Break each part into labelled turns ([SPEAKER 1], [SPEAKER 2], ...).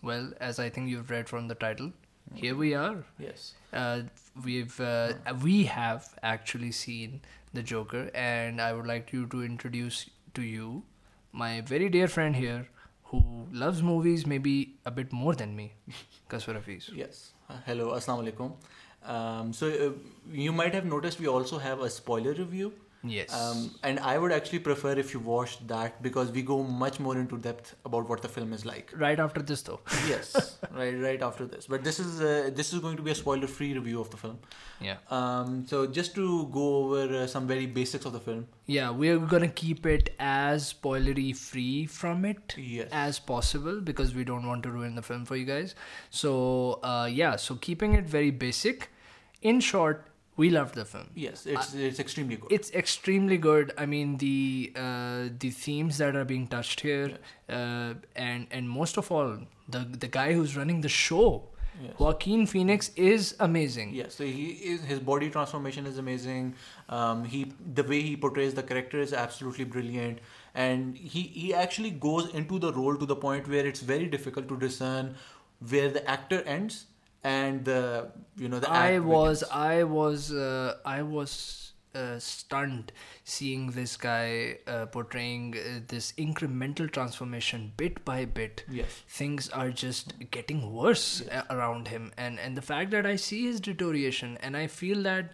[SPEAKER 1] Well, as I think you've read from the title, here we are.
[SPEAKER 2] Yes.
[SPEAKER 1] Uh, we've uh, we have actually seen the Joker, and I would like you to introduce to you my very dear friend here, who loves movies maybe a bit more than me, Kasur Hafiz.
[SPEAKER 2] Yes. Uh, hello. Assalamu alaikum. Um, so uh, you might have noticed we also have a spoiler review.
[SPEAKER 1] Yes.
[SPEAKER 2] Um, and I would actually prefer if you watch that because we go much more into depth about what the film is like.
[SPEAKER 1] right after this, though.
[SPEAKER 2] yes, right, right after this. But this is uh, this is going to be a spoiler-free review of the film.
[SPEAKER 1] Yeah.
[SPEAKER 2] Um, so just to go over uh, some very basics of the film.
[SPEAKER 1] Yeah, we're gonna keep it as spoilery free from it
[SPEAKER 2] Yes.
[SPEAKER 1] as possible because we don't want to ruin the film for you guys. So uh, yeah, so keeping it very basic. In short, we loved the film.
[SPEAKER 2] Yes, it's it's extremely good.
[SPEAKER 1] It's extremely good. I mean the uh, the themes that are being touched here, uh, and and most of all, the the guy who's running the show,
[SPEAKER 2] Yes.
[SPEAKER 1] Joaquin Phoenix, is amazing.
[SPEAKER 2] Yes, so he is his body transformation is amazing. Um, he the way he portrays the character is absolutely brilliant, and he he actually goes into the role to the point where it's very difficult to discern where the actor ends and the you know the
[SPEAKER 1] I
[SPEAKER 2] act
[SPEAKER 1] was,
[SPEAKER 2] begins.
[SPEAKER 1] I was, uh, I was uh, stunned seeing this guy uh, portraying uh, this incremental transformation bit by bit.
[SPEAKER 2] yes
[SPEAKER 1] Things are just getting worse uh around him, and and the fact that I see his deterioration, and I feel that.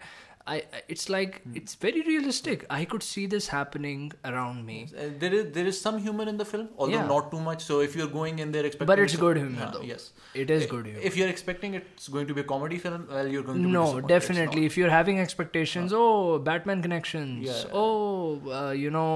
[SPEAKER 1] I, I- it's like it's very realistic. I could see this happening around me,
[SPEAKER 2] Uh, there is there is some humor in the film, although
[SPEAKER 1] Yeah.
[SPEAKER 2] not too much. So if you're going in there expecting,
[SPEAKER 1] but it's
[SPEAKER 2] some-
[SPEAKER 1] good humor
[SPEAKER 2] Yeah,
[SPEAKER 1] though.
[SPEAKER 2] Yes,
[SPEAKER 1] it is good humor.
[SPEAKER 2] If you're expecting it's going to be a comedy film, well, you're going to be
[SPEAKER 1] no
[SPEAKER 2] disappointed. It's
[SPEAKER 1] definitely
[SPEAKER 2] not.
[SPEAKER 1] if you're having expectations oh batman connections
[SPEAKER 2] Yeah.
[SPEAKER 1] oh uh, you know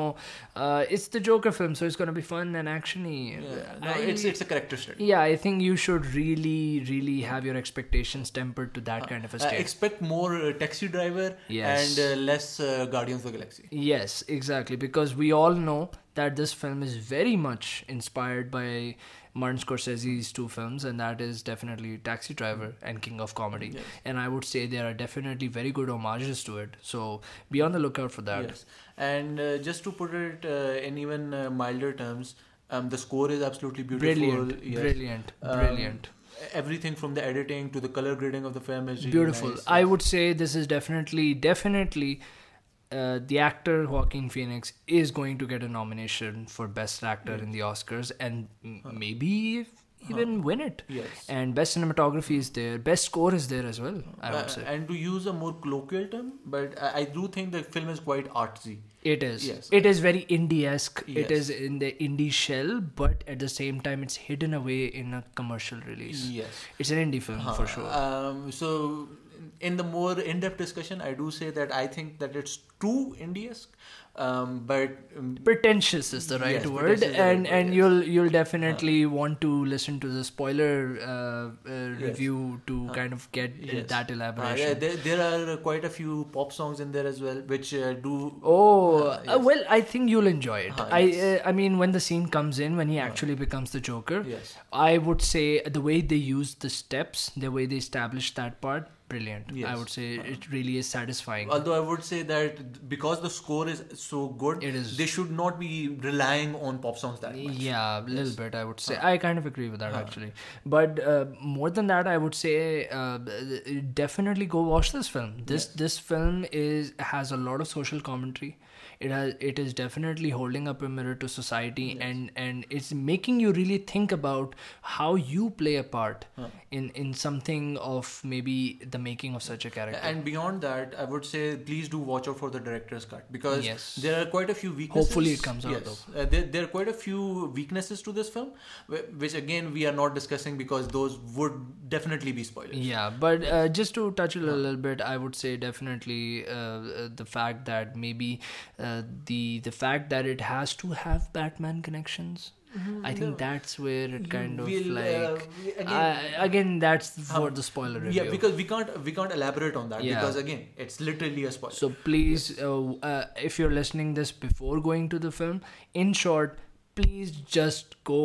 [SPEAKER 1] uh, it's the joker film so it's going to be fun and actiony
[SPEAKER 2] Yeah. No,
[SPEAKER 1] I-
[SPEAKER 2] it's it's a character study.
[SPEAKER 1] yeah i think you should really really have your expectations tempered to that kind of a
[SPEAKER 2] Uh,
[SPEAKER 1] state
[SPEAKER 2] expect more uh, taxi driver
[SPEAKER 1] Yes.
[SPEAKER 2] and uh, less uh, guardians of the galaxy
[SPEAKER 1] yes exactly because we all know that this film is very much inspired by martin scorsese's two films and that is definitely taxi driver and king of comedy
[SPEAKER 2] Yes.
[SPEAKER 1] and i would say there are definitely very good homages to it so be on the lookout for that
[SPEAKER 2] yes and uh, just to put it uh, in even uh, milder terms um, the score is absolutely beautiful
[SPEAKER 1] Brilliant,
[SPEAKER 2] Yes.
[SPEAKER 1] brilliant,
[SPEAKER 2] Um,
[SPEAKER 1] brilliant,
[SPEAKER 2] everything from the editing to the color grading of the film is really
[SPEAKER 1] beautiful.
[SPEAKER 2] nice.
[SPEAKER 1] I would say this is definitely, definitely, uh, the actor Joaquin Phoenix is going to get a nomination for Best Actor in the Oscars and m- maybe if- even win it.
[SPEAKER 2] yes
[SPEAKER 1] And Best Cinematography is there, Best Score is there as well. I
[SPEAKER 2] Uh,
[SPEAKER 1] would say
[SPEAKER 2] and to use a more colloquial term but I, I do think the film is quite artsy
[SPEAKER 1] it is.
[SPEAKER 2] yes.
[SPEAKER 1] It is very indie-esque. It
[SPEAKER 2] Yes.
[SPEAKER 1] is in the indie shell, but at the same time, it's hidden away in a commercial release.
[SPEAKER 2] yes
[SPEAKER 1] It's an indie film for
[SPEAKER 2] Uh,
[SPEAKER 1] sure.
[SPEAKER 2] um, so in the more in-depth discussion i do say that i think that it's too indie-esque um, but um,
[SPEAKER 1] pretentious is the right
[SPEAKER 2] Yes,
[SPEAKER 1] word
[SPEAKER 2] pretentious is the
[SPEAKER 1] and
[SPEAKER 2] right word,
[SPEAKER 1] and
[SPEAKER 2] yes.
[SPEAKER 1] you'll you'll definitely want to listen to the spoiler uh, uh, review to kind of get uh,
[SPEAKER 2] Yes.
[SPEAKER 1] that
[SPEAKER 2] Uh,
[SPEAKER 1] elaboration
[SPEAKER 2] yeah, there, there are quite a few pop songs in there as well, which uh, do.
[SPEAKER 1] Oh
[SPEAKER 2] Uh,
[SPEAKER 1] uh, well, I think you'll enjoy it.
[SPEAKER 2] Uh-huh,
[SPEAKER 1] I
[SPEAKER 2] yes.
[SPEAKER 1] uh, I mean, when the scene comes in, when he actually becomes the Joker,
[SPEAKER 2] Yes.
[SPEAKER 1] I would say the way they use the steps, the way they establish that part, brilliant. I
[SPEAKER 2] Yes.
[SPEAKER 1] would say it really is satisfying.
[SPEAKER 2] Although I would say that because the score is so good,
[SPEAKER 1] It is.
[SPEAKER 2] they should not be relying on pop songs that much.
[SPEAKER 1] Yeah, a little bit, I would say. I kind of agree with that, actually. But uh, more than that, I would say uh, definitely go watch this film. This this film is has a lot of social commentary. It has it is definitely holding up a mirror to society, and and it's making you really think about how you play a part in in something of maybe the making of such a character.
[SPEAKER 2] And beyond that, I would say please do watch out for the director's cut because
[SPEAKER 1] Yes.
[SPEAKER 2] there are quite a few weaknesses.
[SPEAKER 1] Hopefully it comes out
[SPEAKER 2] yes. Uh, there, there are quite a few weaknesses to this film, wh- which again we are not discussing because those would definitely be spoilers.
[SPEAKER 1] Yeah, but uh, just to touch it a little bit, I would say definitely uh, uh, the fact that maybe uh, the the fact that it has to have Batman connections.
[SPEAKER 2] Mm-hmm.
[SPEAKER 1] I think that's where it kind of
[SPEAKER 2] We'll, uh,
[SPEAKER 1] like
[SPEAKER 2] we- again-
[SPEAKER 1] again, again that's for
[SPEAKER 2] Um,
[SPEAKER 1] the spoiler review.
[SPEAKER 2] Yeah, because we can't we can't elaborate on that
[SPEAKER 1] Yeah.
[SPEAKER 2] because again, it's literally a spoiler.
[SPEAKER 1] so please, uh, uh, if you're listening this before going to the film, in short, please just go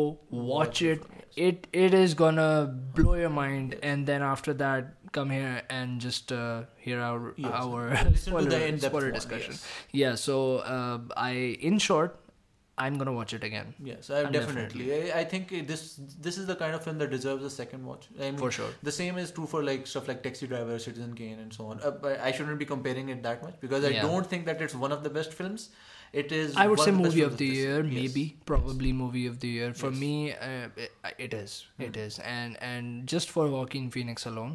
[SPEAKER 1] watch it. It it is gonna blow your mind, and then after that, come here and just uh, hear our
[SPEAKER 2] Yes.
[SPEAKER 1] our
[SPEAKER 2] Listen to
[SPEAKER 1] spoiler,
[SPEAKER 2] the in-depth
[SPEAKER 1] spoiler
[SPEAKER 2] one,
[SPEAKER 1] discussion.
[SPEAKER 2] yes.
[SPEAKER 1] Yeah. So uh, I, in short, I'm gonna watch it again
[SPEAKER 2] Yes, I
[SPEAKER 1] Oh, Definitely.
[SPEAKER 2] definitely. I, I think it- this this is the kind of film that deserves a second watch. I mean,
[SPEAKER 1] for sure.
[SPEAKER 2] the same is true for like stuff like Taxi Driver, Citizen Kane, and so on. Uh, but I shouldn't be comparing it that much because I
[SPEAKER 1] Yeah.
[SPEAKER 2] don't think that it's one of the best films. It is.
[SPEAKER 1] I would
[SPEAKER 2] one
[SPEAKER 1] say
[SPEAKER 2] of the best
[SPEAKER 1] movie
[SPEAKER 2] films
[SPEAKER 1] of the
[SPEAKER 2] this-
[SPEAKER 1] year,
[SPEAKER 2] yes.
[SPEAKER 1] maybe, probably movie of the year. For
[SPEAKER 2] Yes. Mm.
[SPEAKER 1] me, uh, it, it is, it is, and and just for Walking Phoenix alone,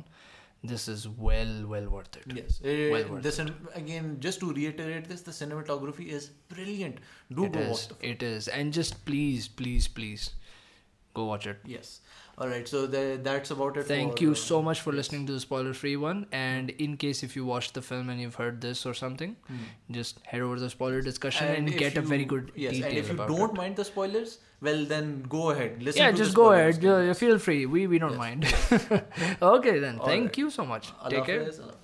[SPEAKER 1] this is well, well worth it.
[SPEAKER 2] Yes, Uh,
[SPEAKER 1] Well worth
[SPEAKER 2] the cin- again, just to reiterate this, the cinematography is brilliant. Do
[SPEAKER 1] It
[SPEAKER 2] go
[SPEAKER 1] is,
[SPEAKER 2] watch the film.
[SPEAKER 1] it is, and just please, please, please, go watch it.
[SPEAKER 2] Yes. All right. So the, that's about it.
[SPEAKER 1] Thank
[SPEAKER 2] for,
[SPEAKER 1] you
[SPEAKER 2] uh,
[SPEAKER 1] so much for
[SPEAKER 2] yes.
[SPEAKER 1] listening to the spoiler free one. And in case if you watched the film and you've heard this or something,
[SPEAKER 2] Hmm.
[SPEAKER 1] just head over to the spoiler discussion and,
[SPEAKER 2] uh, if
[SPEAKER 1] get a
[SPEAKER 2] you-
[SPEAKER 1] very good
[SPEAKER 2] yes,
[SPEAKER 1] detail
[SPEAKER 2] and if you
[SPEAKER 1] about
[SPEAKER 2] don't
[SPEAKER 1] it.
[SPEAKER 2] mind the spoilers, well then go ahead. Listen
[SPEAKER 1] yeah,
[SPEAKER 2] to
[SPEAKER 1] just
[SPEAKER 2] the
[SPEAKER 1] go
[SPEAKER 2] spoilers.
[SPEAKER 1] ahead. Uh, feel free. We we don't
[SPEAKER 2] Yes.
[SPEAKER 1] mind. okay then.
[SPEAKER 2] All
[SPEAKER 1] Thank
[SPEAKER 2] right.
[SPEAKER 1] you so much.
[SPEAKER 2] Allah
[SPEAKER 1] Take care.
[SPEAKER 2] Hafiz, Allah Hafiz.